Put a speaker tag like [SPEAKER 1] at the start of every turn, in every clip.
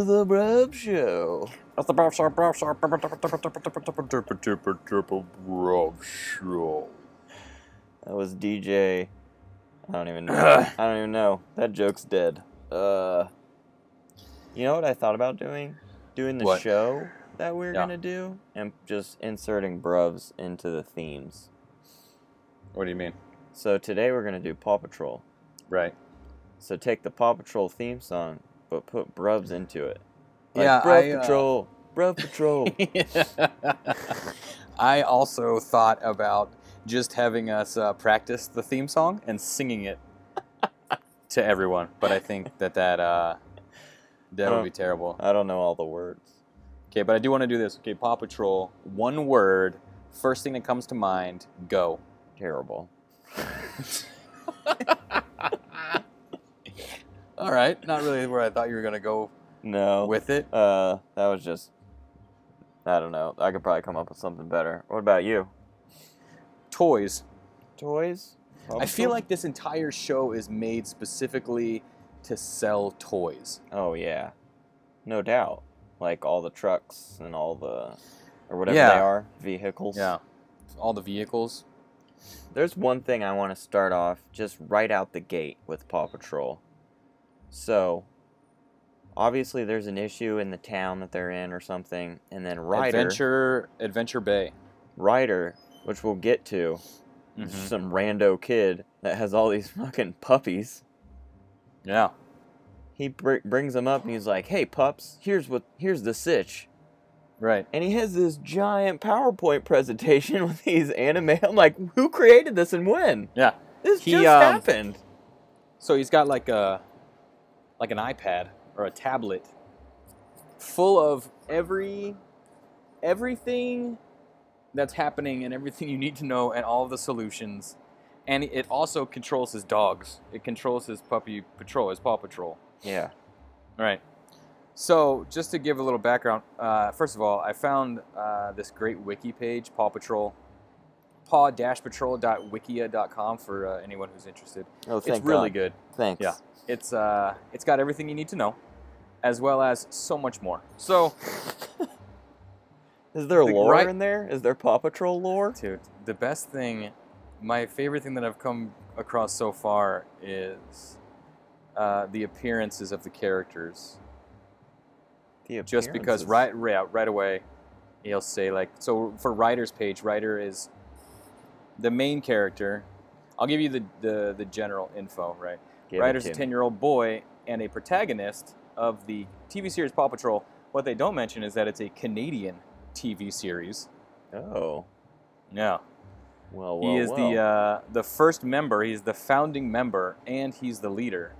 [SPEAKER 1] rubs you.
[SPEAKER 2] That's the brush, brush, brush.
[SPEAKER 1] That was DJ. I don't even know. I don't even know. That joke's dead. Uh, you know what I thought about doing? Doing the
[SPEAKER 2] What?
[SPEAKER 1] show that we're
[SPEAKER 2] Yeah.
[SPEAKER 1] gonna do, and just inserting bruvs into the themes.
[SPEAKER 2] What do you mean?
[SPEAKER 1] So today we're gonna do Paw Patrol.
[SPEAKER 2] Right.
[SPEAKER 1] So take the Paw Patrol theme song, but put bruvs into it. Like,
[SPEAKER 2] Yeah, I,
[SPEAKER 1] Bruv
[SPEAKER 2] uh,
[SPEAKER 1] Patrol. Bruv Patrol.
[SPEAKER 2] I also thought about just having us uh, practice the theme song and singing it to everyone, but I think that that uh, that would be terrible.
[SPEAKER 1] I don't know all the words.
[SPEAKER 2] Okay, but I do want to do this. Okay, Paw Patrol, one word, first thing that comes to mind, go.
[SPEAKER 1] Terrible.
[SPEAKER 2] All right, not really where I thought you were gonna go
[SPEAKER 1] No.
[SPEAKER 2] with it.
[SPEAKER 1] Uh, that was just. I don't know. I could probably come up with something better. What about you?
[SPEAKER 2] Toys.
[SPEAKER 1] Toys.
[SPEAKER 2] I feel like this entire show is made specifically to sell toys.
[SPEAKER 1] Oh yeah, no doubt. Like all the trucks and all the, or whatever they
[SPEAKER 2] Yeah.
[SPEAKER 1] are, vehicles.
[SPEAKER 2] all the vehicles.
[SPEAKER 1] There's one thing I want to start off just right out the gate with Paw Patrol. So, obviously, there's an issue in the town that they're in or something, and then Ryder,
[SPEAKER 2] Adventure Adventure Bay.
[SPEAKER 1] Ryder, which we'll get to, is
[SPEAKER 2] Mm-hmm.
[SPEAKER 1] just some rando kid that has all these fucking puppies.
[SPEAKER 2] Yeah.
[SPEAKER 1] he br- brings them up and he's like, "Hey pups, here's what here's the sitch."
[SPEAKER 2] Right.
[SPEAKER 1] And he has this giant PowerPoint presentation with these anime. I'm like, "Who created this and when?"
[SPEAKER 2] Yeah.
[SPEAKER 1] This
[SPEAKER 2] He,
[SPEAKER 1] just
[SPEAKER 2] um,
[SPEAKER 1] happened.
[SPEAKER 2] So he's got like a like an iPad or a tablet full of every everything that's happening and everything you need to know and all the solutions. And it also controls his dogs. It controls his puppy patrol, his paw patrol.
[SPEAKER 1] Yeah.
[SPEAKER 2] All right. So, just to give a little background, uh, first of all, I found uh, this great wiki page, Paw Patrol, paw-patrol.wikia.com for uh, anyone who's interested.
[SPEAKER 1] Oh, thank
[SPEAKER 2] it's really
[SPEAKER 1] God.
[SPEAKER 2] good.
[SPEAKER 1] Thanks.
[SPEAKER 2] Yeah. It's uh, it's got everything you need to know, as well as so much more. So,
[SPEAKER 1] Is there
[SPEAKER 2] The
[SPEAKER 1] lore
[SPEAKER 2] right-
[SPEAKER 1] in there? Is there Paw Patrol lore?
[SPEAKER 2] dude, the best thing, my favorite thing that I've come across so far is uh, the appearances of the characters.
[SPEAKER 1] The
[SPEAKER 2] just because
[SPEAKER 1] appearances.
[SPEAKER 2] right, right right away he'll say like so for writer's page writer is the main character i'll give you the the, the general info right
[SPEAKER 1] Give it
[SPEAKER 2] writer's a
[SPEAKER 1] to me.
[SPEAKER 2] 10 year old boy and a protagonist of the tv series paw patrol what they don't mention is that it's a canadian tv series
[SPEAKER 1] Oh.
[SPEAKER 2] yeah
[SPEAKER 1] Well, well,
[SPEAKER 2] he is
[SPEAKER 1] well.
[SPEAKER 2] the uh, the first member. He's the founding member, and he's the leader.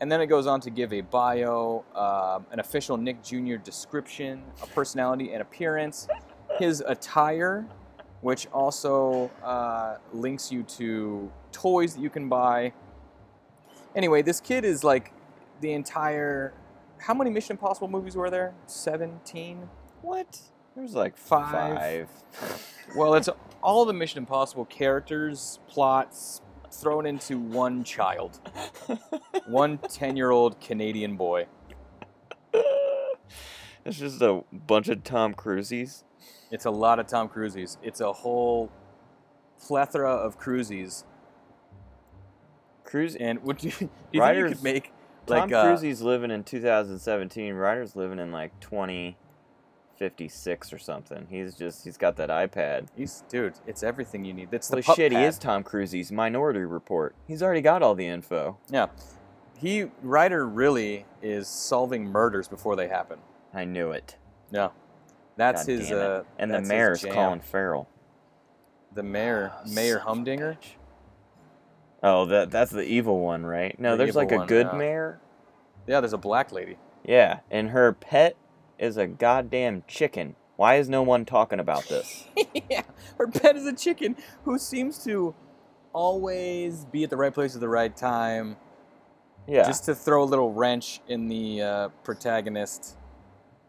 [SPEAKER 2] And then it goes on to give a bio, um, an official Nick Jr. description, a personality and appearance, his attire, which also uh, links you to toys that you can buy. Anyway, this kid is like the entire. How many Mission Impossible movies were there? Seventeen.
[SPEAKER 1] what? There's like
[SPEAKER 2] Five.
[SPEAKER 1] five.
[SPEAKER 2] Well, it's all the Mission Impossible characters, plots thrown into one child, one 10 year old Canadian boy.
[SPEAKER 1] it's just a bunch of Tom Cruises.
[SPEAKER 2] It's a lot of Tom Cruises. It's a whole plethora of Cruises.
[SPEAKER 1] Cruise
[SPEAKER 2] And would you, do you think you
[SPEAKER 1] Writers-
[SPEAKER 2] could make
[SPEAKER 1] Tom
[SPEAKER 2] like uh,
[SPEAKER 1] Cruise's living in 2017. Ryder's living in like 2056 or something. He's just he's got that iPad.
[SPEAKER 2] He's, dude, it's everything you need. It's the
[SPEAKER 1] Holy
[SPEAKER 2] pup
[SPEAKER 1] shit, he
[SPEAKER 2] pad.
[SPEAKER 1] is Tom Cruise's Minority Report. He's already got all the info.
[SPEAKER 2] Yeah. He Ryder really is solving murders before they happen.
[SPEAKER 1] I knew it.
[SPEAKER 2] Yeah. That's
[SPEAKER 1] God
[SPEAKER 2] his
[SPEAKER 1] damn it.
[SPEAKER 2] uh
[SPEAKER 1] And
[SPEAKER 2] that's
[SPEAKER 1] the
[SPEAKER 2] his
[SPEAKER 1] mayor's
[SPEAKER 2] jam.
[SPEAKER 1] Colin Farrell.
[SPEAKER 2] the mayor,
[SPEAKER 1] Ah, son
[SPEAKER 2] Mayor
[SPEAKER 1] of a
[SPEAKER 2] Humdinger.
[SPEAKER 1] bitch. Oh, that that's the evil one, right? No,
[SPEAKER 2] The
[SPEAKER 1] there's
[SPEAKER 2] evil
[SPEAKER 1] like a
[SPEAKER 2] one,
[SPEAKER 1] good
[SPEAKER 2] yeah.
[SPEAKER 1] mayor.
[SPEAKER 2] Yeah, there's a black lady.
[SPEAKER 1] Yeah, and her pet is a goddamn chicken. Why is no one talking about this?
[SPEAKER 2] yeah, her pet is a chicken who seems to always be at the right place at the right time,
[SPEAKER 1] Yeah.
[SPEAKER 2] just to throw a little wrench in the uh, protagonist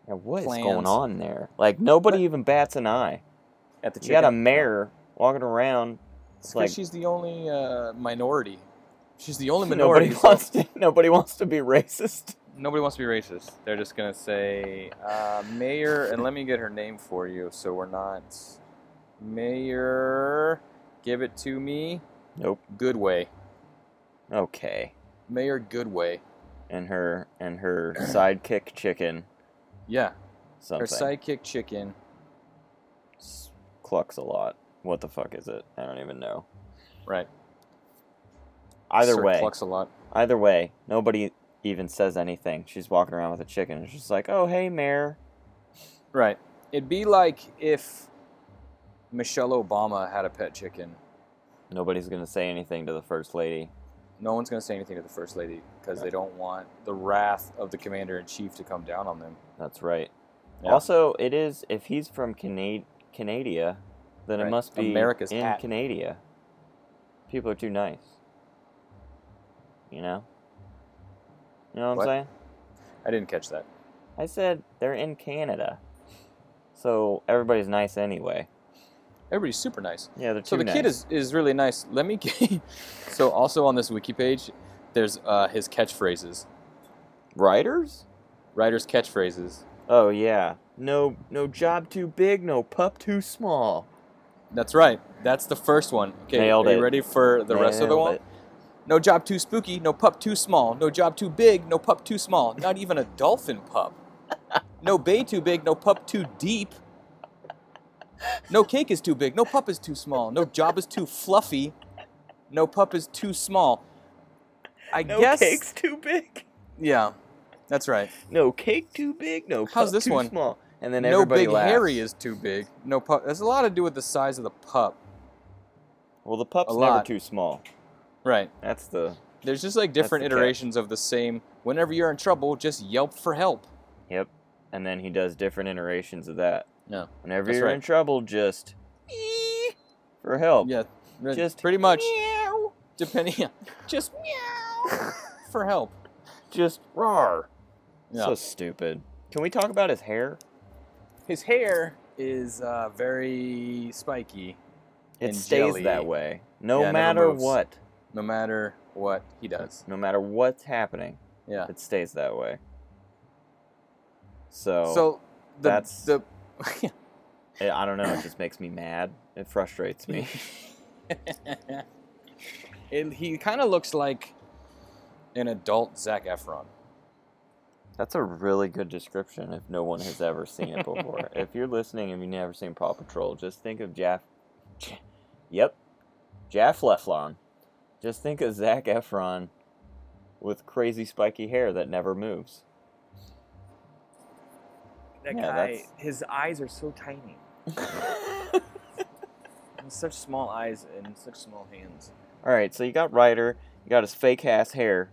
[SPEAKER 1] Yeah, what is going
[SPEAKER 2] plans.
[SPEAKER 1] on there? Like nobody
[SPEAKER 2] But-
[SPEAKER 1] even bats an eye.
[SPEAKER 2] at the
[SPEAKER 1] You
[SPEAKER 2] chicken.
[SPEAKER 1] got a mayor walking around.
[SPEAKER 2] It's 'cause
[SPEAKER 1] like-
[SPEAKER 2] she's the only uh, minority. She's the only minority.
[SPEAKER 1] Nobody
[SPEAKER 2] so
[SPEAKER 1] wants to. Nobody wants to be racist.
[SPEAKER 2] Nobody wants to be racist. They're just gonna say uh, Mayor, and let me get her name for you, so we're not Mayor. Give it to me.
[SPEAKER 1] Nope.
[SPEAKER 2] Goodway.
[SPEAKER 1] Okay.
[SPEAKER 2] Mayor Goodway.
[SPEAKER 1] And her and her sidekick chicken
[SPEAKER 2] Yeah.
[SPEAKER 1] something
[SPEAKER 2] Her sidekick chicken.
[SPEAKER 1] S- clucks a lot. What the fuck is it? I don't even know.
[SPEAKER 2] Right.
[SPEAKER 1] Either
[SPEAKER 2] Sir
[SPEAKER 1] way,
[SPEAKER 2] Clucks a lot.
[SPEAKER 1] either way, nobody even says anything. She's walking around with a chicken. It's just like, oh hey, mayor.
[SPEAKER 2] Right. It'd be like if Michelle Obama had a pet chicken.
[SPEAKER 1] Nobody's gonna say anything to the first lady.
[SPEAKER 2] No one's going to say anything to the first lady because they don't want the wrath of the commander in chief to come down on them.
[SPEAKER 1] That's right.
[SPEAKER 2] Yeah.
[SPEAKER 1] Also, it is if he's from Cana- Canada, then it
[SPEAKER 2] Right.
[SPEAKER 1] must be
[SPEAKER 2] America's
[SPEAKER 1] in
[SPEAKER 2] hat.
[SPEAKER 1] Canada. People are too nice. You know. You know what,
[SPEAKER 2] What?
[SPEAKER 1] I'm saying?
[SPEAKER 2] I didn't catch that.
[SPEAKER 1] I said they're in Canada, so everybody's nice anyway.
[SPEAKER 2] Everybody's super nice.
[SPEAKER 1] Yeah, they're too
[SPEAKER 2] So the
[SPEAKER 1] nice.
[SPEAKER 2] kid is, is really nice. Let me. Get, so also on this wiki page, there's uh, his catchphrases,
[SPEAKER 1] writers.
[SPEAKER 2] writer's catchphrases.
[SPEAKER 1] Oh yeah. No, no job too big, no pup too small.
[SPEAKER 2] That's right. That's the first one. Okay,
[SPEAKER 1] Nailed
[SPEAKER 2] are you
[SPEAKER 1] it.
[SPEAKER 2] ready for the rest of the
[SPEAKER 1] Nailed
[SPEAKER 2] one?
[SPEAKER 1] it.
[SPEAKER 2] No job too spooky, no pup too small, no job too big, no pup too small, not even a dolphin pup. No bay too big, no pup too deep. No cake is too big, no pup is too small, no job is too fluffy, no pup is too small. I
[SPEAKER 1] No
[SPEAKER 2] guess
[SPEAKER 1] cake's too big.
[SPEAKER 2] Yeah. That's right.
[SPEAKER 1] No cake too big, no
[SPEAKER 2] How's
[SPEAKER 1] pup
[SPEAKER 2] this
[SPEAKER 1] too
[SPEAKER 2] one?
[SPEAKER 1] small. And then
[SPEAKER 2] no
[SPEAKER 1] everybody
[SPEAKER 2] big
[SPEAKER 1] laughs.
[SPEAKER 2] hairy is too big. No pup that's a lot to do with the size of the pup.
[SPEAKER 1] Well, the pup's
[SPEAKER 2] A
[SPEAKER 1] never
[SPEAKER 2] lot.
[SPEAKER 1] too small.
[SPEAKER 2] Right.
[SPEAKER 1] That's the
[SPEAKER 2] There's just like
[SPEAKER 1] That's
[SPEAKER 2] different
[SPEAKER 1] the catch.
[SPEAKER 2] iterations of the same whenever you're in trouble, just yelp for help.
[SPEAKER 1] yep. And then he does different iterations of that.
[SPEAKER 2] Yeah.
[SPEAKER 1] Whenever
[SPEAKER 2] That's
[SPEAKER 1] you're
[SPEAKER 2] right.
[SPEAKER 1] in trouble, just "Ee" for help.
[SPEAKER 2] Yeah.
[SPEAKER 1] Just
[SPEAKER 2] pretty much
[SPEAKER 1] meow.
[SPEAKER 2] depending just meow for help.
[SPEAKER 1] Just roar.
[SPEAKER 2] Yeah.
[SPEAKER 1] So stupid. Can we talk about his hair?
[SPEAKER 2] his hair is uh, very spiky
[SPEAKER 1] It
[SPEAKER 2] And
[SPEAKER 1] stays
[SPEAKER 2] jelly.
[SPEAKER 1] that way, no
[SPEAKER 2] Yeah, it never
[SPEAKER 1] matter
[SPEAKER 2] moves.
[SPEAKER 1] what.
[SPEAKER 2] no matter what he does.
[SPEAKER 1] No matter what's happening,
[SPEAKER 2] Yeah.
[SPEAKER 1] it stays that way. So,
[SPEAKER 2] So the
[SPEAKER 1] Oh, that's-
[SPEAKER 2] the
[SPEAKER 1] it- I don't know. It just makes me mad. It frustrates me.
[SPEAKER 2] it, he kind of looks like an adult Zac Efron.
[SPEAKER 1] That's a really good description if no one has ever seen it before. if you're listening and you've never seen Paw Patrol, just think of Jaff. J- yep. Jaff Leflon. Just think of Zach Efron with crazy spiky hair that never moves.
[SPEAKER 3] That
[SPEAKER 1] Yeah,
[SPEAKER 3] guy,
[SPEAKER 1] that's-
[SPEAKER 3] his eyes are so tiny. And such small eyes and such small hands.
[SPEAKER 1] All right, so you got Ryder. You got his fake ass hair.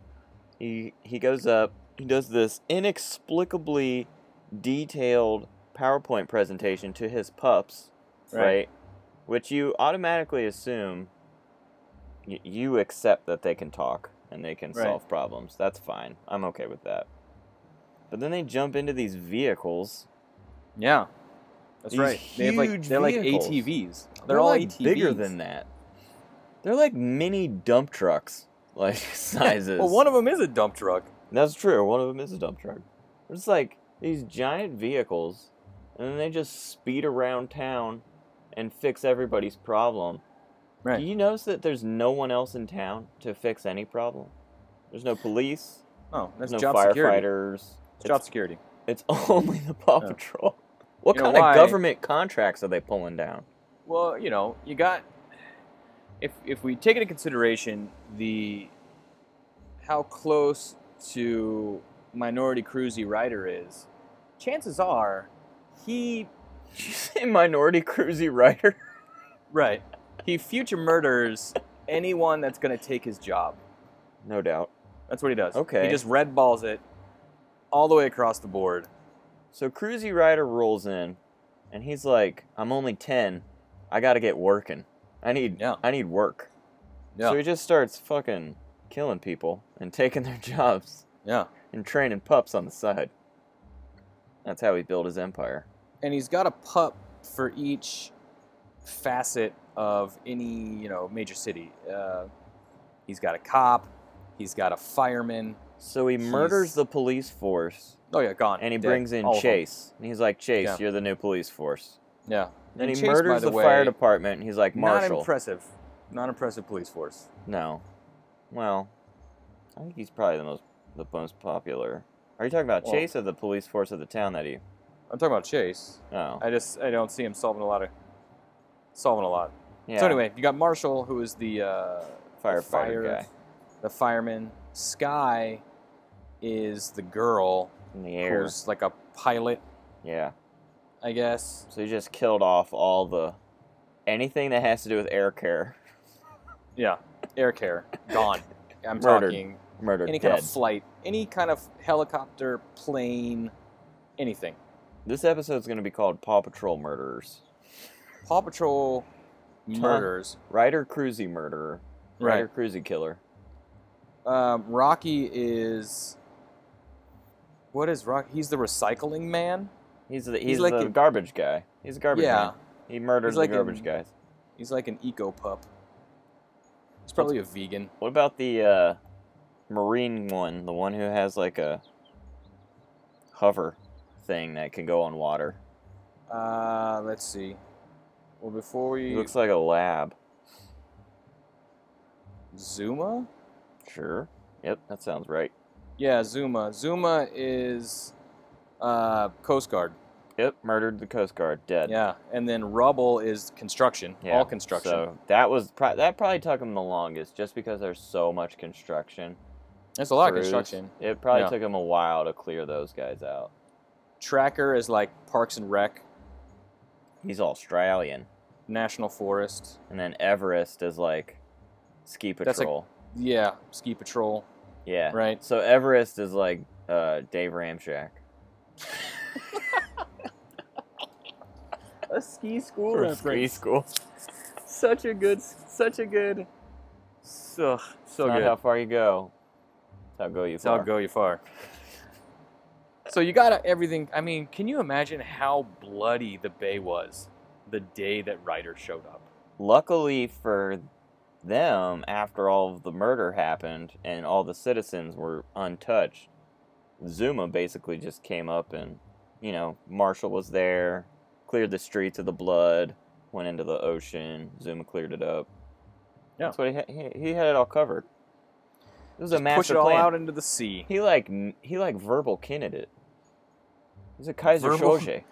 [SPEAKER 1] He he goes up. He does this inexplicably detailed PowerPoint presentation to his pups, right?
[SPEAKER 2] Right.
[SPEAKER 1] Which you automatically assume y- you accept that they can talk and they can
[SPEAKER 2] Right.
[SPEAKER 1] solve problems. That's fine. I'm okay with that. But then they jump into these vehicles.
[SPEAKER 2] Yeah. That's
[SPEAKER 1] These
[SPEAKER 2] right. They have like
[SPEAKER 1] huge
[SPEAKER 2] they're like
[SPEAKER 1] vehicles.
[SPEAKER 2] ATVs. They're, all E
[SPEAKER 1] like
[SPEAKER 2] ATVs.
[SPEAKER 1] bigger than that. They're like mini dump trucks, like sizes.
[SPEAKER 2] Well, one of them is a dump truck.
[SPEAKER 1] That's true. One of them is a dump truck. It's like these giant vehicles, and then they just speed around town and fix everybody's problem.
[SPEAKER 2] Right.
[SPEAKER 1] Do you notice that there's no one else in town to fix any problem? There's no police.
[SPEAKER 2] Oh, that's
[SPEAKER 1] there's no
[SPEAKER 2] job
[SPEAKER 1] firefighters.
[SPEAKER 2] security. It's
[SPEAKER 1] It's,
[SPEAKER 2] job security.
[SPEAKER 1] it's only the Paw
[SPEAKER 2] Yeah.
[SPEAKER 1] Patrol. What
[SPEAKER 2] You know
[SPEAKER 1] kind of
[SPEAKER 2] why?
[SPEAKER 1] government contracts are they pulling down?
[SPEAKER 2] Well, you know, you got if if we take into consideration the how close to Minority Cruisy Rider is, chances are he
[SPEAKER 1] Did you say Minority Cruisy Rider?
[SPEAKER 2] right he future murders anyone that's going to take his job.
[SPEAKER 1] No doubt.
[SPEAKER 2] That's what he does.
[SPEAKER 1] Okay.
[SPEAKER 2] he just red balls it all the way across the board.
[SPEAKER 1] So Cruisy Rider rolls in, and he's like, "I'm only ten. I gotta get working. I need,
[SPEAKER 2] Yeah.
[SPEAKER 1] I need work."
[SPEAKER 2] Yeah,
[SPEAKER 1] So he just starts fucking killing people and taking their jobs
[SPEAKER 2] yeah.
[SPEAKER 1] and training pups on the side. That's how he built his empire.
[SPEAKER 2] and he's got a pup for each facet of any you know major city. Uh, he's got a cop, he's got a fireman,
[SPEAKER 1] So he murders
[SPEAKER 2] He's-
[SPEAKER 1] the police force
[SPEAKER 2] Oh yeah, gone.
[SPEAKER 1] and he
[SPEAKER 2] Dead.
[SPEAKER 1] brings in
[SPEAKER 2] All of 'em.
[SPEAKER 1] Chase. And he's like, Chase,
[SPEAKER 2] Yeah.
[SPEAKER 1] you're the new police force.
[SPEAKER 2] Yeah.
[SPEAKER 1] Then he
[SPEAKER 2] Chase, by
[SPEAKER 1] murders the,
[SPEAKER 2] way,
[SPEAKER 1] fire department and he's like,
[SPEAKER 2] Not
[SPEAKER 1] Marshall.
[SPEAKER 2] impressive. Not impressive police force.
[SPEAKER 1] no. Well, I think he's probably the most the most popular. Are you talking about
[SPEAKER 2] Well-
[SPEAKER 1] Chase or the police force of the town that he?
[SPEAKER 2] I'm talking about Chase.
[SPEAKER 1] Oh,
[SPEAKER 2] I just I don't see him solving a lot of solving a lot.
[SPEAKER 1] yeah.
[SPEAKER 2] So anyway, you got Marshall, who is the uh,
[SPEAKER 1] firefighter
[SPEAKER 2] fire-
[SPEAKER 1] guy
[SPEAKER 2] the fireman. Sky is the girl
[SPEAKER 1] in the air.
[SPEAKER 2] who's like a pilot,
[SPEAKER 1] Yeah.
[SPEAKER 2] I guess.
[SPEAKER 1] So he just killed off all the anything that has to do with air care,
[SPEAKER 2] Yeah, air care gone. I'm
[SPEAKER 1] Murdered.
[SPEAKER 2] talking
[SPEAKER 1] murder,
[SPEAKER 2] any
[SPEAKER 1] dead.
[SPEAKER 2] kind of flight, any kind of helicopter, plane, anything.
[SPEAKER 1] This episode's gonna be called Paw Patrol Murderers.
[SPEAKER 2] Paw Patrol
[SPEAKER 1] Huh.
[SPEAKER 2] murders.
[SPEAKER 1] Ryder Cruzy murderer. Ryder Cruzy killer.
[SPEAKER 2] Um, Rocky is. What is Rocky? He's the recycling man.
[SPEAKER 1] He's the he's,
[SPEAKER 2] like
[SPEAKER 1] the
[SPEAKER 2] a-
[SPEAKER 1] garbage guy. He's a garbage
[SPEAKER 2] yeah,
[SPEAKER 1] man. He murders
[SPEAKER 2] He's like
[SPEAKER 1] the garbage
[SPEAKER 2] an-
[SPEAKER 1] guys.
[SPEAKER 2] he's like an eco pup. He's probably a vegan.
[SPEAKER 1] What about the uh, marine one? The one who has like a hover thing that can go on water.
[SPEAKER 2] Uh, let's see. Well, before
[SPEAKER 1] He
[SPEAKER 2] we
[SPEAKER 1] looks like a lab.
[SPEAKER 2] Zuma.
[SPEAKER 1] Sure. Yep, that sounds right.
[SPEAKER 2] Yeah, Zuma. Zuma is uh, Coast Guard.
[SPEAKER 1] Yep, murdered the Coast Guard, dead.
[SPEAKER 2] Yeah, and then Rubble is construction.
[SPEAKER 1] Yeah,
[SPEAKER 2] All construction.
[SPEAKER 1] So that was pro- that probably took him the longest, just because there's so much construction.
[SPEAKER 2] That's a lot
[SPEAKER 1] crews.
[SPEAKER 2] of construction.
[SPEAKER 1] It probably
[SPEAKER 2] Yeah.
[SPEAKER 1] took him a while to clear those guys out.
[SPEAKER 2] Tracker is like Parks and Rec,
[SPEAKER 1] He's Australian,
[SPEAKER 2] National Forest.
[SPEAKER 1] and then Everest is like ski
[SPEAKER 2] That's like-
[SPEAKER 1] patrol.
[SPEAKER 2] Yeah, Ski Patrol.
[SPEAKER 1] yeah.
[SPEAKER 2] Right.
[SPEAKER 1] So Everest is like uh, Dave Ramshack.
[SPEAKER 3] A ski school
[SPEAKER 1] For ski school.
[SPEAKER 3] Such a good, such a good. So so
[SPEAKER 1] Not
[SPEAKER 3] good.
[SPEAKER 1] how far you go. It's how go you
[SPEAKER 2] It's how
[SPEAKER 1] far.
[SPEAKER 2] go you far. so you got everything. I mean, can you imagine how bloody the bay was the day that Ryder showed up?
[SPEAKER 1] Luckily for them, after all of the murder happened and all the citizens were untouched, Zuma basically just came up and, you know, Marshall was there, cleared the streets of the blood, went into the ocean. Zuma cleared it up.
[SPEAKER 2] Yeah.
[SPEAKER 1] That's what he had. He, he had it all covered. It was a master
[SPEAKER 2] Push it all
[SPEAKER 1] plan.
[SPEAKER 2] out into the sea.
[SPEAKER 1] He like n- he like verbal kinned it. He's a Kaiser
[SPEAKER 2] Verbal-
[SPEAKER 1] Soze.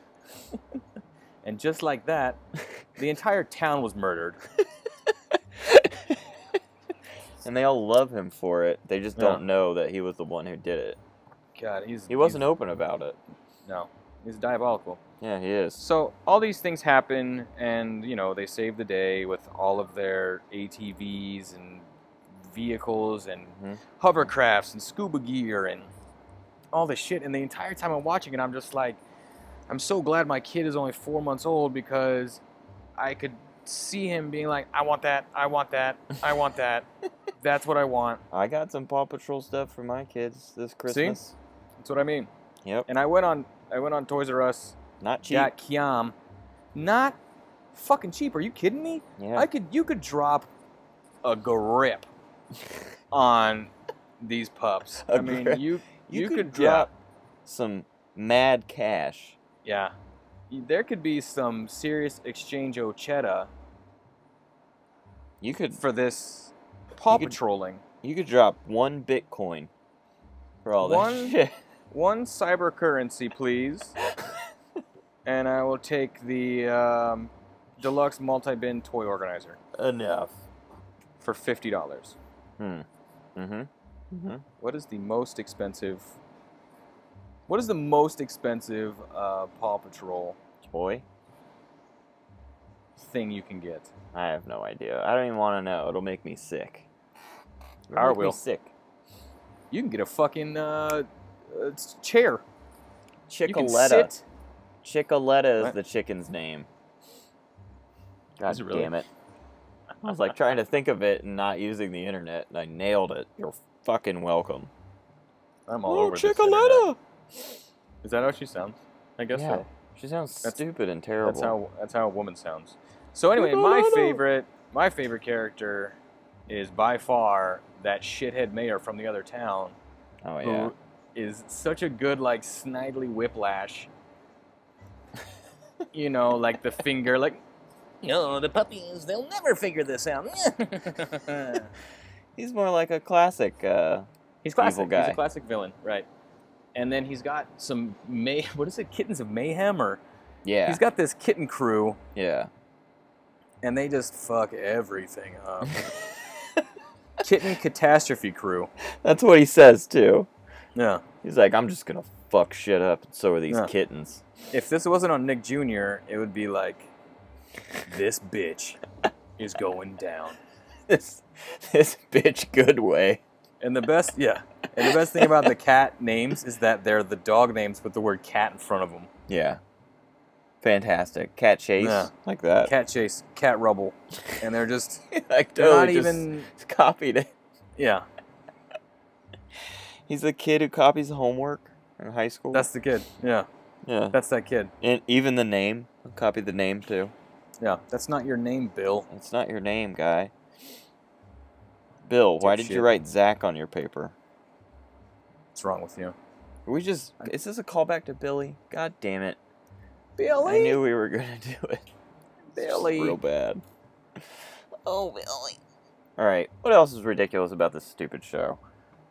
[SPEAKER 2] And just like that, the entire town was murdered.
[SPEAKER 1] and they all love him for it. They just
[SPEAKER 2] Yeah.
[SPEAKER 1] don't know that he was the one who did it.
[SPEAKER 2] God, he's
[SPEAKER 1] He wasn't open about it.
[SPEAKER 2] he's- no, he's diabolical.
[SPEAKER 1] Yeah, he is.
[SPEAKER 2] So all these things happen, and you know they save the day with all of their ATVs and vehicles and
[SPEAKER 1] Mhm.
[SPEAKER 2] hovercrafts and scuba gear and all this shit. And the entire time I'm watching it, I'm just like, I'm so glad my kid is only four months old because I could see him being like, I want that, I want that, I want that. That's what I want.
[SPEAKER 1] I got some Paw Patrol stuff for my kids this Christmas.
[SPEAKER 2] That's what I mean.
[SPEAKER 1] Yep.
[SPEAKER 2] And I went on, I went on Toys R Us,
[SPEAKER 1] Not cheap.
[SPEAKER 2] got Kiam, not fucking cheap. Are you kidding me?
[SPEAKER 1] yeah.
[SPEAKER 2] I could you could drop a grip on these pups.
[SPEAKER 1] A
[SPEAKER 2] I mean,
[SPEAKER 1] grip.
[SPEAKER 2] you
[SPEAKER 1] you,
[SPEAKER 2] you
[SPEAKER 1] could,
[SPEAKER 2] could
[SPEAKER 1] drop some mad cash.
[SPEAKER 2] yeah. There could be some serious exchange ochetta
[SPEAKER 1] You could
[SPEAKER 2] for this paw
[SPEAKER 1] You could-
[SPEAKER 2] patrolling.
[SPEAKER 1] you could drop one Bitcoin for all that
[SPEAKER 2] One-
[SPEAKER 1] shit.
[SPEAKER 2] One cyber currency, please. and I will take the um, deluxe multi-bin toy organizer
[SPEAKER 1] Enough.
[SPEAKER 2] for fifty dollars.
[SPEAKER 1] Mm-hmm. Mm-hmm.
[SPEAKER 2] What is the most expensive? What is the most expensive uh, Paw Patrol
[SPEAKER 1] Toy.
[SPEAKER 2] thing you can get?
[SPEAKER 1] I have no idea. I don't even want to know. It'll make me sick. It'll
[SPEAKER 2] I
[SPEAKER 1] make me
[SPEAKER 2] will.
[SPEAKER 1] sick.
[SPEAKER 2] You can get a fucking uh, uh, s- chair. You can
[SPEAKER 1] Chicoletta.
[SPEAKER 2] sit.
[SPEAKER 1] Chicoletta is
[SPEAKER 2] What?
[SPEAKER 1] the chicken's name. God
[SPEAKER 2] Is it really?
[SPEAKER 1] damn it. I was like trying to think of it and not using the internet, and I nailed it. You're fucking welcome.
[SPEAKER 2] I'm
[SPEAKER 1] oh,
[SPEAKER 2] all over this internet.
[SPEAKER 1] Chicoletta!
[SPEAKER 2] Is that how she sounds? I guess
[SPEAKER 1] Yeah,
[SPEAKER 2] so.
[SPEAKER 1] she sounds
[SPEAKER 2] That's-
[SPEAKER 1] stupid and terrible.
[SPEAKER 2] That's how that's how a woman sounds. So anyway, my
[SPEAKER 1] Chicoletta.
[SPEAKER 2] favorite my favorite character is by far that shithead mayor from the other town
[SPEAKER 1] Oh
[SPEAKER 2] who
[SPEAKER 1] yeah.
[SPEAKER 2] is such a good like snidely whiplash. you know, like the finger, like no, the puppies, they'll never figure this out.
[SPEAKER 1] He's more like a classic. Uh,
[SPEAKER 2] he's classic. He's
[SPEAKER 1] guy.
[SPEAKER 2] a classic villain, right? And then he's got some may. What is it? Kittens of Mayhem, or
[SPEAKER 1] yeah.
[SPEAKER 2] he's got this kitten crew,
[SPEAKER 1] yeah.
[SPEAKER 2] and they just fuck everything up. kitten catastrophe crew.
[SPEAKER 1] That's what he says too.
[SPEAKER 2] Yeah.
[SPEAKER 1] He's like, I'm just gonna fuck shit up, and so are these
[SPEAKER 2] Yeah.
[SPEAKER 1] kittens.
[SPEAKER 2] If this wasn't on Nick Jr., it would be like, this bitch is going down.
[SPEAKER 1] This, this bitch Goodway.
[SPEAKER 2] And the best, yeah. And the best thing about the cat names is that they're the dog names with the word cat in front of them.
[SPEAKER 1] Yeah. Fantastic. Cat chase
[SPEAKER 2] Yeah.
[SPEAKER 1] like that.
[SPEAKER 2] Cat chase, cat rubble, and they're just
[SPEAKER 1] like
[SPEAKER 2] they're
[SPEAKER 1] totally
[SPEAKER 2] not
[SPEAKER 1] Oh, just
[SPEAKER 2] even.
[SPEAKER 1] copied it.
[SPEAKER 2] Yeah,
[SPEAKER 1] He's the kid who copies homework in high school.
[SPEAKER 2] that's the kid. Yeah,
[SPEAKER 1] yeah.
[SPEAKER 2] that's that kid.
[SPEAKER 1] And even the name. I'll copy the name too.
[SPEAKER 2] Yeah, that's not your name, Bill.
[SPEAKER 1] It's not your name, guy. Bill, why did you
[SPEAKER 2] Dipshit.
[SPEAKER 1] write Zach on your paper?
[SPEAKER 2] What's wrong with you,
[SPEAKER 1] Are we just is this a callback to Billy? God damn it.
[SPEAKER 2] Billy?
[SPEAKER 1] I knew we were gonna do it. It's just
[SPEAKER 2] Billy.
[SPEAKER 1] Real bad. Oh, Billy. Alright, what else is ridiculous about this stupid show?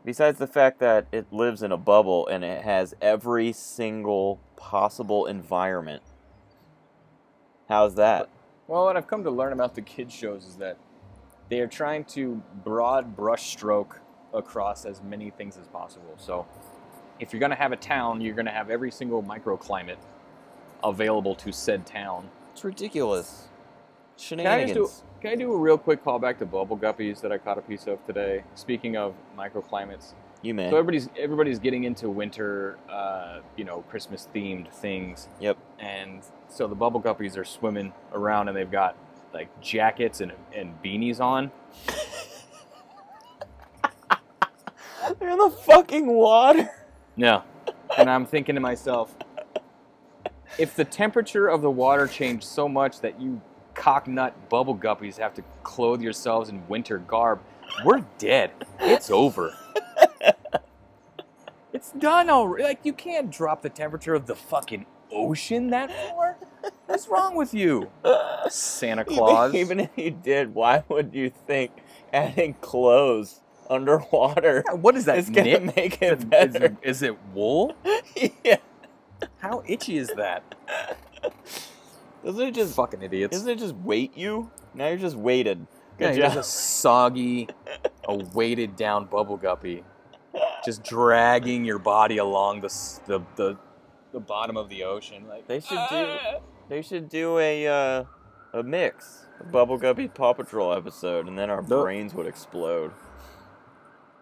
[SPEAKER 1] Besides the fact that it lives in a bubble and it has every single possible environment. How's that?
[SPEAKER 2] Well, what I've come to learn about the kids shows is that they are trying to broad brush stroke across as many things as possible. So, if you're going to have a town, you're going to have every single microclimate available to said town.
[SPEAKER 1] It's ridiculous.
[SPEAKER 2] I
[SPEAKER 1] Shenanigans.
[SPEAKER 2] just do- Can I do a real quick callback to Bubble Guppies that I caught a piece of today? Speaking of microclimates,
[SPEAKER 1] you
[SPEAKER 2] so
[SPEAKER 1] man.
[SPEAKER 2] everybody's everybody's getting into winter, uh, you know, Christmas themed things.
[SPEAKER 1] Yep.
[SPEAKER 2] And so the bubble guppies are swimming around, and they've got like jackets and, and beanies on.
[SPEAKER 1] They're in the fucking water.
[SPEAKER 2] Yeah. And I'm thinking to myself, if the temperature of the water changed so much that you cocknut bubble guppies have to clothe yourselves in winter garb, we're dead. It's over. It's done already. Like you can't drop the temperature of the fucking ocean that far. What's wrong with you, Santa Claus?
[SPEAKER 1] Even if you did, why would you think adding clothes underwater
[SPEAKER 2] Yeah, what is that?
[SPEAKER 1] is gonna
[SPEAKER 2] knit?
[SPEAKER 1] make
[SPEAKER 2] Is
[SPEAKER 1] it
[SPEAKER 2] it- is
[SPEAKER 1] better?
[SPEAKER 2] it- is it wool?
[SPEAKER 1] yeah.
[SPEAKER 2] How itchy is that?
[SPEAKER 1] Doesn't it just
[SPEAKER 2] Fucking idiots.
[SPEAKER 1] isn't it just weight you? Now you're just weighted.
[SPEAKER 2] Yeah,
[SPEAKER 1] Good
[SPEAKER 2] he was
[SPEAKER 1] job.
[SPEAKER 2] a soggy, a weighted down bubble guppy, just dragging your body along the s- the the, the bottom of the ocean. Like
[SPEAKER 1] They should do
[SPEAKER 3] Ah.
[SPEAKER 1] they should do a uh, a mix. A Bubble Guppy Paw Patrol episode and then our
[SPEAKER 2] The-
[SPEAKER 1] brains would explode.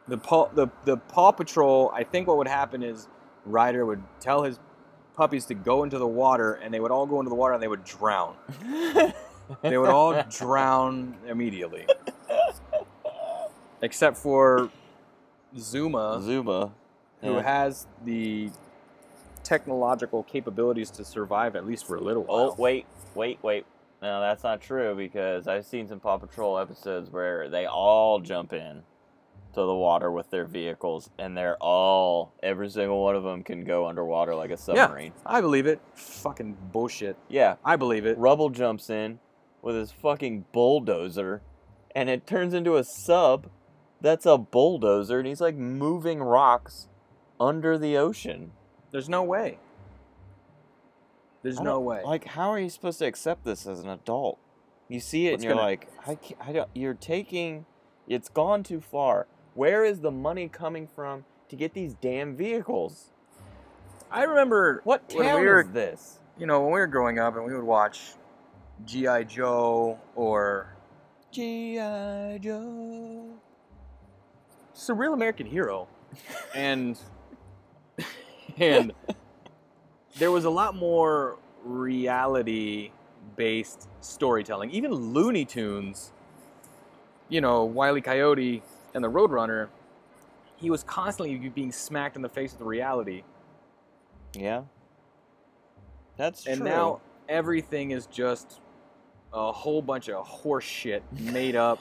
[SPEAKER 2] the paw the the Paw Patrol. I think what would happen is Ryder would tell his puppies to go into the water, and they would all go into the water, and they would drown. They would all drown immediately, except for Zuma,
[SPEAKER 1] Zuma.
[SPEAKER 2] who
[SPEAKER 1] Yeah.
[SPEAKER 2] has the technological capabilities to survive at least for a little while.
[SPEAKER 1] Oh wait, wait, wait. No, that's not true because I've seen some Paw Patrol episodes where they all jump in to the water with their vehicles, and they're all every single one of them can go underwater like a submarine.
[SPEAKER 2] I believe it. Fucking bullshit.
[SPEAKER 1] Yeah,
[SPEAKER 2] I believe it.
[SPEAKER 1] Rubble jumps in with his fucking bulldozer, and it turns into a sub that's a bulldozer, and he's like moving rocks under the ocean.
[SPEAKER 2] There's no way. There's
[SPEAKER 1] I
[SPEAKER 2] no
[SPEAKER 1] don't-
[SPEAKER 2] way.
[SPEAKER 1] Like, how are you supposed to accept this as an adult? You see it and
[SPEAKER 2] What's
[SPEAKER 1] you're
[SPEAKER 2] gonna-
[SPEAKER 1] like, I, can't, I don't. You're taking. It's gone too far. Where is the money coming from to get these damn vehicles?
[SPEAKER 2] I remember
[SPEAKER 1] What
[SPEAKER 2] When
[SPEAKER 1] town
[SPEAKER 2] we were-
[SPEAKER 1] is this?
[SPEAKER 2] you know when we were growing up and we would watch GI Joe or
[SPEAKER 1] GI Joe.
[SPEAKER 2] Surreal American Hero, and and there was a lot more reality based storytelling. Even Looney Tunes, you know, Wile E. Coyote and the Roadrunner, he was constantly being smacked in the face with reality.
[SPEAKER 1] Yeah. That's
[SPEAKER 2] and
[SPEAKER 1] true.
[SPEAKER 2] now everything is just a whole bunch of horse shit made up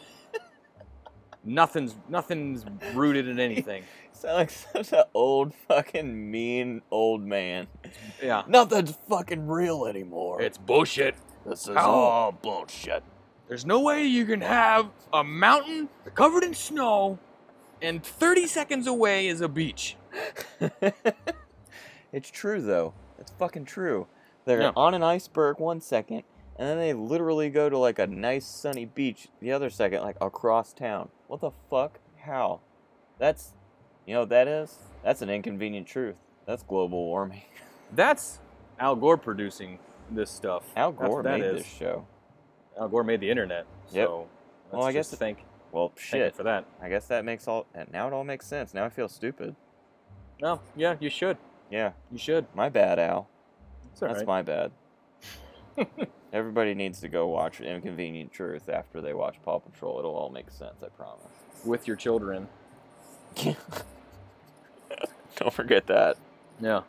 [SPEAKER 2] Nothing's nothing's rooted in anything.
[SPEAKER 1] Sound like such an old fucking mean old man.
[SPEAKER 2] Yeah.
[SPEAKER 1] Nothing's fucking real anymore.
[SPEAKER 2] It's bullshit.
[SPEAKER 1] this is
[SPEAKER 2] How-
[SPEAKER 1] all bullshit.
[SPEAKER 2] There's no way you can have a mountain covered in snow and 30 seconds away is a beach.
[SPEAKER 1] it's true though. It's fucking true. They're
[SPEAKER 2] Yeah.
[SPEAKER 1] on an iceberg one second, and then they literally go to like a nice sunny beach the other second, like across town. What the fuck? How? That's, you know, what that is that's an inconvenient truth. That's global warming.
[SPEAKER 2] That's Al Gore producing this stuff.
[SPEAKER 1] Al
[SPEAKER 2] That's
[SPEAKER 1] Gore
[SPEAKER 2] what that
[SPEAKER 1] made
[SPEAKER 2] is.
[SPEAKER 1] this show.
[SPEAKER 2] Al Gore made the internet.
[SPEAKER 1] Yep.
[SPEAKER 2] So
[SPEAKER 1] Well,
[SPEAKER 2] let's
[SPEAKER 1] I guess
[SPEAKER 2] just
[SPEAKER 1] it-
[SPEAKER 2] thank,
[SPEAKER 1] Well,
[SPEAKER 2] thank him
[SPEAKER 1] shit.
[SPEAKER 2] for that.
[SPEAKER 1] I guess that makes all. and Now it all makes sense. Now I feel stupid.
[SPEAKER 2] No, yeah, you should.
[SPEAKER 1] Yeah,
[SPEAKER 2] You should.
[SPEAKER 1] my bad, Al.
[SPEAKER 2] It's all
[SPEAKER 1] That's
[SPEAKER 2] right.
[SPEAKER 1] my bad. Everybody needs to go watch Inconvenient Truth after they watch Paw Patrol. It'll all make sense, I promise.
[SPEAKER 2] With your children.
[SPEAKER 1] Don't forget that.
[SPEAKER 2] Yeah.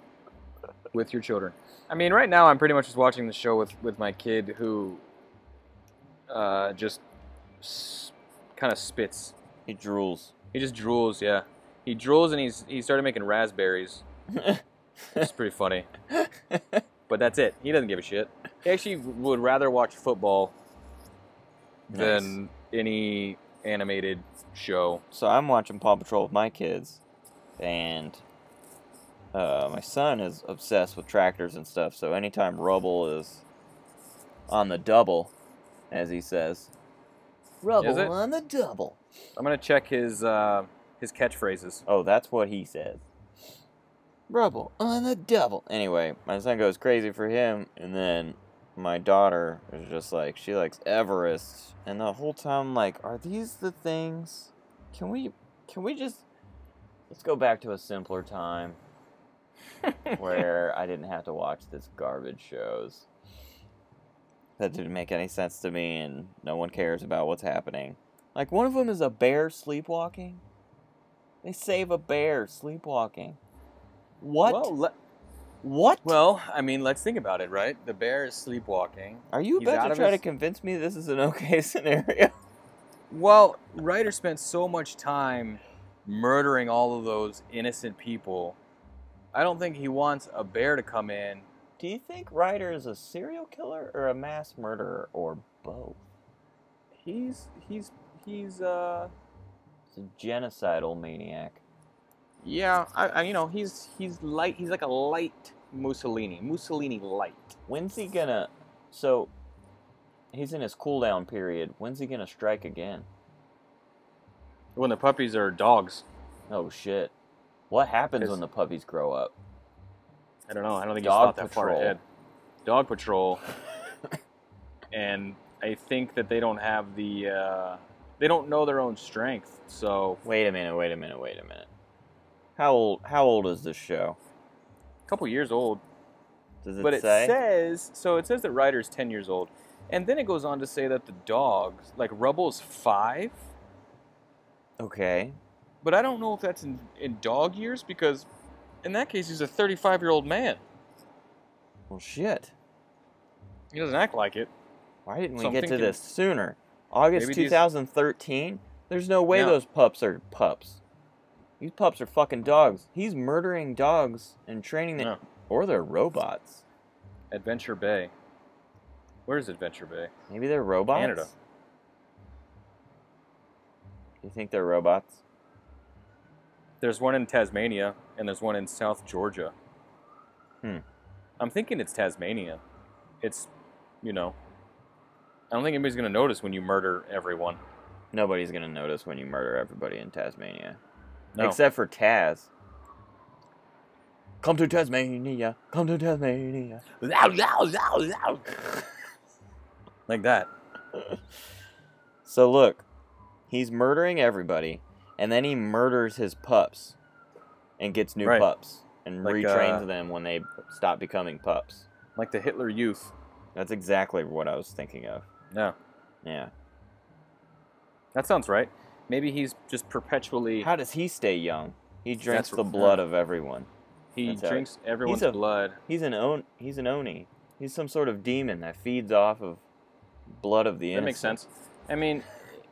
[SPEAKER 2] With your children. I mean, right now I'm pretty much just watching the show with, with my kid who uh, just s- kind of spits.
[SPEAKER 1] He drools.
[SPEAKER 2] He just drools, yeah. He drools and he's he started making raspberries. It's pretty funny. But that's it. He doesn't give a shit. He actually would rather watch football
[SPEAKER 1] Nice.
[SPEAKER 2] than any animated show.
[SPEAKER 1] So I'm watching Paw Patrol with my kids, and uh, my son is obsessed with tractors and stuff. So anytime rubble is on the double, as he says,
[SPEAKER 2] Is
[SPEAKER 1] rubble
[SPEAKER 2] it?
[SPEAKER 1] on the double.
[SPEAKER 2] I'm gonna check his uh, his catchphrases.
[SPEAKER 1] Oh, that's what he says. Rubble on the double. Anyway, my son goes crazy for him, and then my daughter is just like, she likes Everest, and the whole time, I'm like, are these the things? Can we, can we just, let's go back to a simpler time where I didn't have to watch this garbage shows. That didn't make any sense to me, and no one cares about what's happening. Like, one of them is a bear sleepwalking. They save a bear sleepwalking. What?
[SPEAKER 2] Well, le-
[SPEAKER 1] what?
[SPEAKER 2] well, I mean, let's think about it, right? The bear is sleepwalking.
[SPEAKER 1] Are you
[SPEAKER 2] he's out
[SPEAKER 1] about to
[SPEAKER 2] of
[SPEAKER 1] try
[SPEAKER 2] his-
[SPEAKER 1] to convince me this is an okay scenario?
[SPEAKER 2] Well, Ryder spent so much time murdering all of those innocent people. I don't think he wants a bear to come in.
[SPEAKER 1] Do you think Ryder is a serial killer or a mass murderer or both?
[SPEAKER 2] He's he's he's uh
[SPEAKER 1] He's a genocidal maniac.
[SPEAKER 2] yeah, I, I you know, he's he's light he's like a light Mussolini. Mussolini light.
[SPEAKER 1] When's he gonna? So, he's in his cooldown period. When's he gonna strike again?
[SPEAKER 2] When the puppies are dogs.
[SPEAKER 1] Oh shit! What happens
[SPEAKER 2] His-
[SPEAKER 1] when the puppies grow up?
[SPEAKER 2] I don't know. I don't think
[SPEAKER 1] Dog
[SPEAKER 2] he's thought that far
[SPEAKER 1] patrol.
[SPEAKER 2] ahead. Dog patrol. and I think that they don't have the uh they don't know their own strength. So
[SPEAKER 1] Wait a minute! Wait a minute! Wait a minute! How old? How old is this show?
[SPEAKER 2] a couple years old
[SPEAKER 1] Does it
[SPEAKER 2] but it
[SPEAKER 1] say?
[SPEAKER 2] says so it says that Ryder's 10 years old and then it goes on to say that the dogs like Rubble's 5
[SPEAKER 1] okay.
[SPEAKER 2] but I don't know if that's in, in dog years because in that case he's a 35 year old man
[SPEAKER 1] Well, shit.
[SPEAKER 2] he doesn't act like it
[SPEAKER 1] Why didn't we
[SPEAKER 2] So I'm
[SPEAKER 1] get to
[SPEAKER 2] thinking-
[SPEAKER 1] this sooner? August
[SPEAKER 2] Maybe these-
[SPEAKER 1] 2013. There's no way
[SPEAKER 2] Yeah.
[SPEAKER 1] those pups are pups. These pups are fucking dogs. He's murdering dogs and training them,
[SPEAKER 2] Yeah.
[SPEAKER 1] or they're robots.
[SPEAKER 2] Adventure Bay where's Adventure Bay
[SPEAKER 1] Maybe they're robots.
[SPEAKER 2] Canada.
[SPEAKER 1] You think they're robots?
[SPEAKER 2] there's one in Tasmania and there's one in South Georgia
[SPEAKER 1] Hmm.
[SPEAKER 2] I'm thinking it's Tasmania it's you know I don't think anybody's gonna notice when you murder everyone
[SPEAKER 1] Nobody's gonna notice when you murder everybody in Tasmania,
[SPEAKER 2] No.
[SPEAKER 1] except for Taz. Come to Tasmania. Come to Tasmania.
[SPEAKER 2] like that
[SPEAKER 1] So look, he's murdering everybody, and then he murders his pups, and gets new
[SPEAKER 2] Right.
[SPEAKER 1] pups and
[SPEAKER 2] Like,
[SPEAKER 1] retrains
[SPEAKER 2] uh,
[SPEAKER 1] them when they stop becoming pups.
[SPEAKER 2] like the Hitler Youth.
[SPEAKER 1] That's exactly what I was thinking of.
[SPEAKER 2] No,
[SPEAKER 1] Yeah.
[SPEAKER 2] that sounds right. Maybe he's just perpetually
[SPEAKER 1] How does he stay young? He drinks
[SPEAKER 2] That's-
[SPEAKER 1] the blood of everyone.
[SPEAKER 2] he
[SPEAKER 1] that's how it-
[SPEAKER 2] drinks everyone's
[SPEAKER 1] a-
[SPEAKER 2] blood.
[SPEAKER 1] He's an on. He's an oni. He's some sort of demon that feeds off of blood of the
[SPEAKER 2] That
[SPEAKER 1] innocent.
[SPEAKER 2] makes sense. I mean,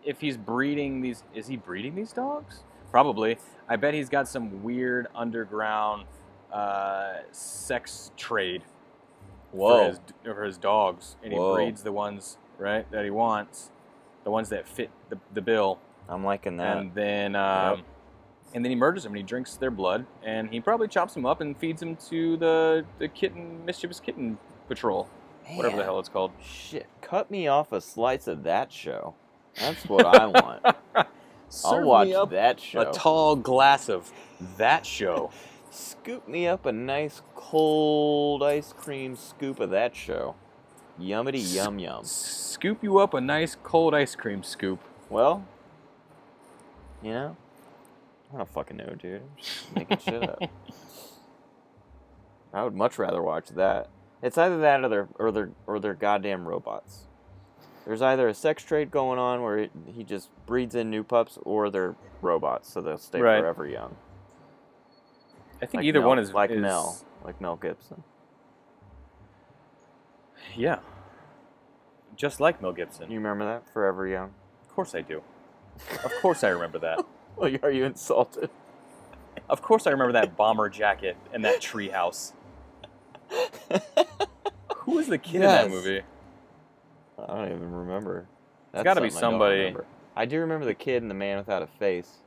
[SPEAKER 2] if he's breeding these. Is he breeding these dogs? Probably. I bet he's got some weird underground uh, sex trade for
[SPEAKER 1] Whoa.
[SPEAKER 2] his, for his dogs, and
[SPEAKER 1] Whoa.
[SPEAKER 2] he breeds the ones right that he wants, the ones that fit the, the bill,
[SPEAKER 1] I'm liking that.
[SPEAKER 2] and then um, and then he murders them and he drinks their blood, and he probably chops them up and feeds them to the the kitten mischievous kitten patrol, whatever the
[SPEAKER 1] Man,
[SPEAKER 2] hell it's called.
[SPEAKER 1] Shit, cut me off a slice of that show. That's what I want. I'll
[SPEAKER 2] Serve
[SPEAKER 1] watch
[SPEAKER 2] me up
[SPEAKER 1] that show.
[SPEAKER 2] a tall glass of that show.
[SPEAKER 1] Scoop me up a nice cold ice cream scoop of that show. Yummity
[SPEAKER 2] S-
[SPEAKER 1] yum yum.
[SPEAKER 2] Scoop you up a nice cold ice cream scoop.
[SPEAKER 1] Well, you know, I don't fucking know, dude. I'm just making shit up. I would much rather watch that. It's either that or they're or they're or they're goddamn robots. There's either a sex trade going on where it, he just breeds in new pups, or they're robots, so they'll stay
[SPEAKER 2] Right.
[SPEAKER 1] forever young.
[SPEAKER 2] I think either
[SPEAKER 1] Mel-
[SPEAKER 2] one is
[SPEAKER 1] like
[SPEAKER 2] is-
[SPEAKER 1] Mel, like Mel Gibson.
[SPEAKER 2] Yeah. Just like Mel Gibson.
[SPEAKER 1] You remember that? Forever young.
[SPEAKER 2] Of course I do. Of course I remember that.
[SPEAKER 1] Well, are you insulted?
[SPEAKER 2] Of course I remember that bomber jacket and that treehouse. Who was the kid
[SPEAKER 1] Yes.
[SPEAKER 2] in that movie?
[SPEAKER 1] I don't even remember. That's
[SPEAKER 2] gotta be
[SPEAKER 1] something I don't
[SPEAKER 2] somebody.
[SPEAKER 1] remember. I, do remember the kid and the man without a face.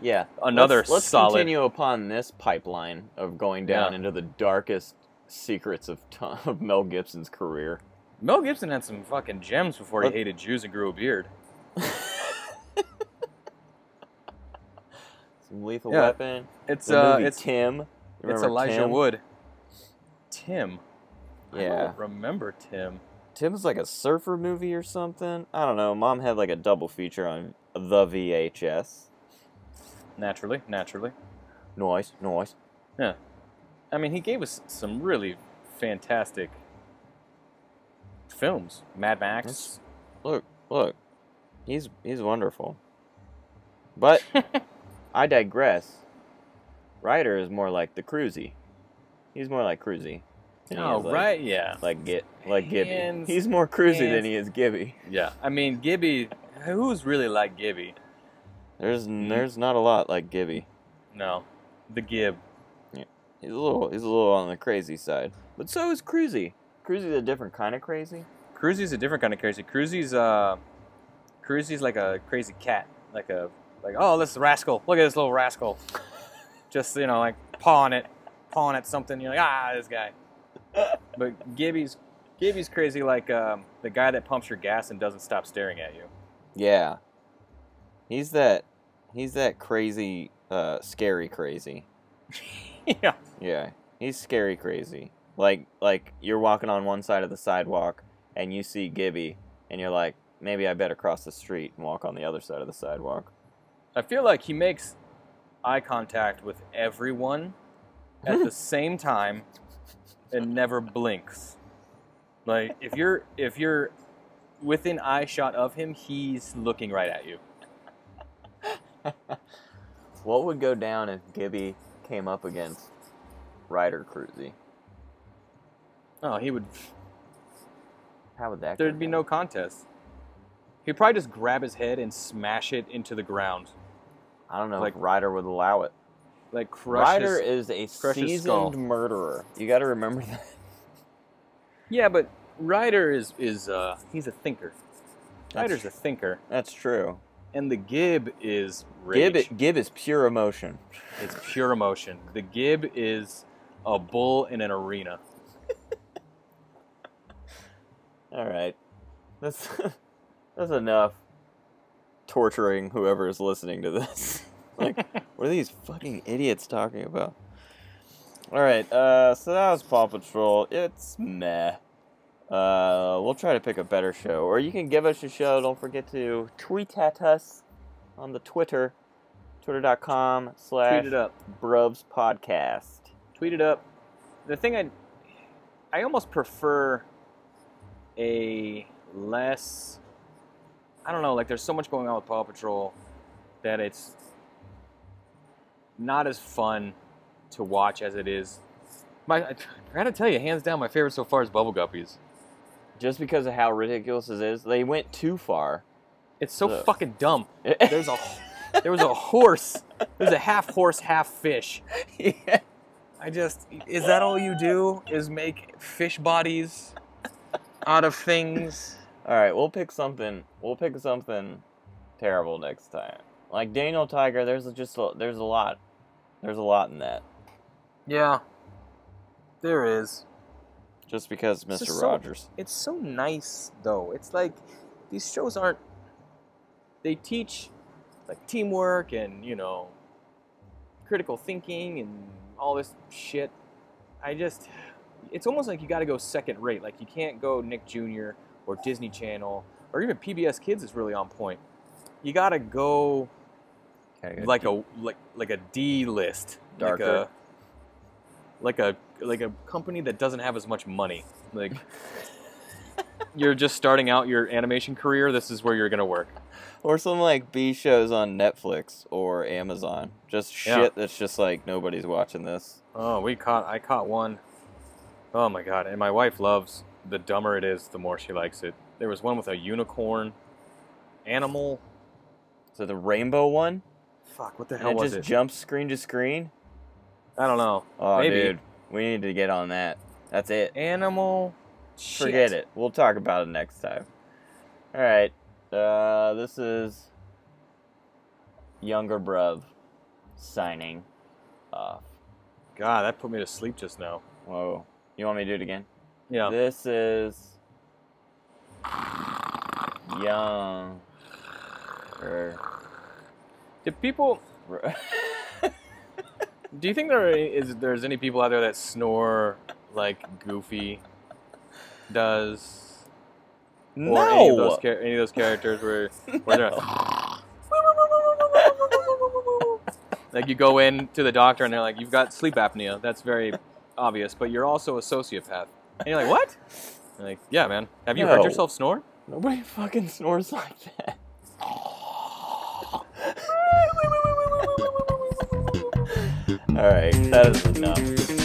[SPEAKER 1] yeah,
[SPEAKER 2] Another
[SPEAKER 1] Let's, let's
[SPEAKER 2] solid.
[SPEAKER 1] continue upon this pipeline of going down
[SPEAKER 2] Yeah.
[SPEAKER 1] into the darkest secrets of, Tom, of Mel Gibson's career.
[SPEAKER 2] Mel Gibson had some fucking gems before he
[SPEAKER 1] Let-
[SPEAKER 2] hated Jews and grew a beard.
[SPEAKER 1] Some Lethal
[SPEAKER 2] Yeah.
[SPEAKER 1] Weapon.
[SPEAKER 2] It's
[SPEAKER 1] the
[SPEAKER 2] uh,
[SPEAKER 1] movie
[SPEAKER 2] it's
[SPEAKER 1] Tim. You
[SPEAKER 2] it's
[SPEAKER 1] remember
[SPEAKER 2] Elijah
[SPEAKER 1] Tim?
[SPEAKER 2] Wood. Tim. I
[SPEAKER 1] Yeah,
[SPEAKER 2] don't remember Tim.
[SPEAKER 1] Tim's like a surfer movie or something. I don't know. Mom had like a double feature on the VHS.
[SPEAKER 2] Naturally, naturally.
[SPEAKER 1] Noise, noise.
[SPEAKER 2] I mean, he gave us some really fantastic films. Mad Max.
[SPEAKER 1] Look, look. He's he's wonderful. But I digress. Ryder is more like the Cruzy. He's more like Cruzy. than he
[SPEAKER 2] Oh,
[SPEAKER 1] is like-
[SPEAKER 2] right, yeah.
[SPEAKER 1] Like Git, like Gibby.
[SPEAKER 2] Hands-
[SPEAKER 1] he's more Cruzy than
[SPEAKER 2] hands.
[SPEAKER 1] he is Gibby.
[SPEAKER 2] Yeah. I mean, Gibby, who's really like Gibby?
[SPEAKER 1] There's
[SPEAKER 2] Mm-hmm.
[SPEAKER 1] there's not a lot like Gibby.
[SPEAKER 2] No. The Gib.
[SPEAKER 1] He's a little he's a little on the crazy side. But so is Cruzy. Cruzy's a different kind of crazy.
[SPEAKER 2] Cruzy's a different kind of crazy. Cruzy's uh Cruzy's like a crazy cat. Like a like, oh this rascal. Look at this little rascal. Just you know, like pawing it, pawing at something, you're like, ah, this guy. But Gibby's Gibby's crazy like um, the guy that pumps your gas and doesn't stop staring at you.
[SPEAKER 1] Yeah. He's that he's that crazy uh scary crazy.
[SPEAKER 2] yeah.
[SPEAKER 1] Yeah, he's scary crazy. Like like you're walking on one side of the sidewalk and you see Gibby and you're like, maybe I better cross the street and walk on the other side of the sidewalk.
[SPEAKER 2] I feel like he makes eye contact with everyone at the same time and never blinks. Like if you're if you're within eye shot of him, he's looking right at you.
[SPEAKER 1] What would go down if Gibby came up against Ryder Cruzy?
[SPEAKER 2] Oh, he would
[SPEAKER 1] How would that?
[SPEAKER 2] there'd
[SPEAKER 1] go
[SPEAKER 2] be
[SPEAKER 1] down?
[SPEAKER 2] no contest. He'd probably just grab his head and smash it into the ground.
[SPEAKER 1] I don't know
[SPEAKER 2] like-
[SPEAKER 1] if Ryder would allow it.
[SPEAKER 2] Like crush
[SPEAKER 1] Ryder is
[SPEAKER 2] his-
[SPEAKER 1] a
[SPEAKER 2] crush his skull.
[SPEAKER 1] seasoned murderer. You got to remember that.
[SPEAKER 2] Yeah, but Ryder is is uh he's a thinker. Ryder's a thinker.
[SPEAKER 1] That's true.
[SPEAKER 2] And the Gib is rage.
[SPEAKER 1] Gib, Gib is pure emotion.
[SPEAKER 2] It's pure emotion. The gib is a bull in an arena.
[SPEAKER 1] All right, that's that's enough torturing whoever is listening to this. like, what are these fucking idiots talking about? All right, uh, so that was Paw Patrol. It's meh. Uh, we'll try to pick a better show, or you can give us a show. Don't forget to tweet at us on the Twitter, twitter.com slash
[SPEAKER 2] Tweet it up.
[SPEAKER 1] Brubs Podcast.
[SPEAKER 2] Tweet it up. The thing I I almost prefer a less I don't know, like there's so much going on with Paw Patrol that it's not as fun to watch as it is. My I gotta tell you, hands down my favorite so far is Bubble Guppies.
[SPEAKER 1] Just because of how ridiculous it is, they went too far.
[SPEAKER 2] It's so
[SPEAKER 1] Ugh.
[SPEAKER 2] fucking dumb. There's a there was a horse. There's a half horse, half fish.
[SPEAKER 1] yeah.
[SPEAKER 2] I just is that all you do is make fish bodies out of things?
[SPEAKER 1] All right, we'll pick something. We'll pick something terrible next time. Like Daniel Tiger, there's just a, there's a lot. There's a lot in that.
[SPEAKER 2] Yeah. There is.
[SPEAKER 1] Just because
[SPEAKER 2] It's
[SPEAKER 1] Mr.
[SPEAKER 2] just so-
[SPEAKER 1] Rogers.
[SPEAKER 2] It's so nice though. It's like these shows aren't they teach like teamwork and, you know, critical thinking and all this shit. I just it's almost like you got to go second rate. Like you can't go Nick Jr. or Disney Channel or even PBS Kids is really on point. You got to go
[SPEAKER 1] Okay,
[SPEAKER 2] like a like like a D list,
[SPEAKER 1] Darker.
[SPEAKER 2] like a like a like a company that doesn't have as much money. Like you're just starting out your animation career. This is where you're gonna work.
[SPEAKER 1] or some like B shows on Netflix or Amazon. Just shit
[SPEAKER 2] Yeah.
[SPEAKER 1] that's just like nobody's watching this.
[SPEAKER 2] Oh, we caught I caught one. Oh my god! And my wife loves. The dumber it is, the more she likes it. There was one with a unicorn, animal.
[SPEAKER 1] So the rainbow one,
[SPEAKER 2] Fuck! What the
[SPEAKER 1] and
[SPEAKER 2] hell
[SPEAKER 1] it
[SPEAKER 2] was
[SPEAKER 1] just
[SPEAKER 2] it?
[SPEAKER 1] jumps screen to screen.
[SPEAKER 2] I don't know.
[SPEAKER 1] Oh,
[SPEAKER 2] Maybe.
[SPEAKER 1] dude, we need to get on that. That's it.
[SPEAKER 2] Animal.
[SPEAKER 1] Forget it. We'll talk about it next time. All right. Uh, this is younger bruv signing off.
[SPEAKER 2] God, that put me to sleep just now.
[SPEAKER 1] Whoa. You want me to do it again?
[SPEAKER 2] Yeah.
[SPEAKER 1] This is young.
[SPEAKER 2] Did people?
[SPEAKER 1] Bro.
[SPEAKER 2] Do you think there is there's any people out there that snore like Goofy does? Or any of those,
[SPEAKER 1] No.
[SPEAKER 2] char- any of those characters where, where they're like you go in to the doctor and they're like, "You've got sleep apnea." That's very obvious, but you're also a sociopath. And you're like, "What?" And like, "Yeah, man. Have you heard
[SPEAKER 1] No.
[SPEAKER 2] yourself snore?"
[SPEAKER 1] Nobody fucking snores like that. All right, that is enough.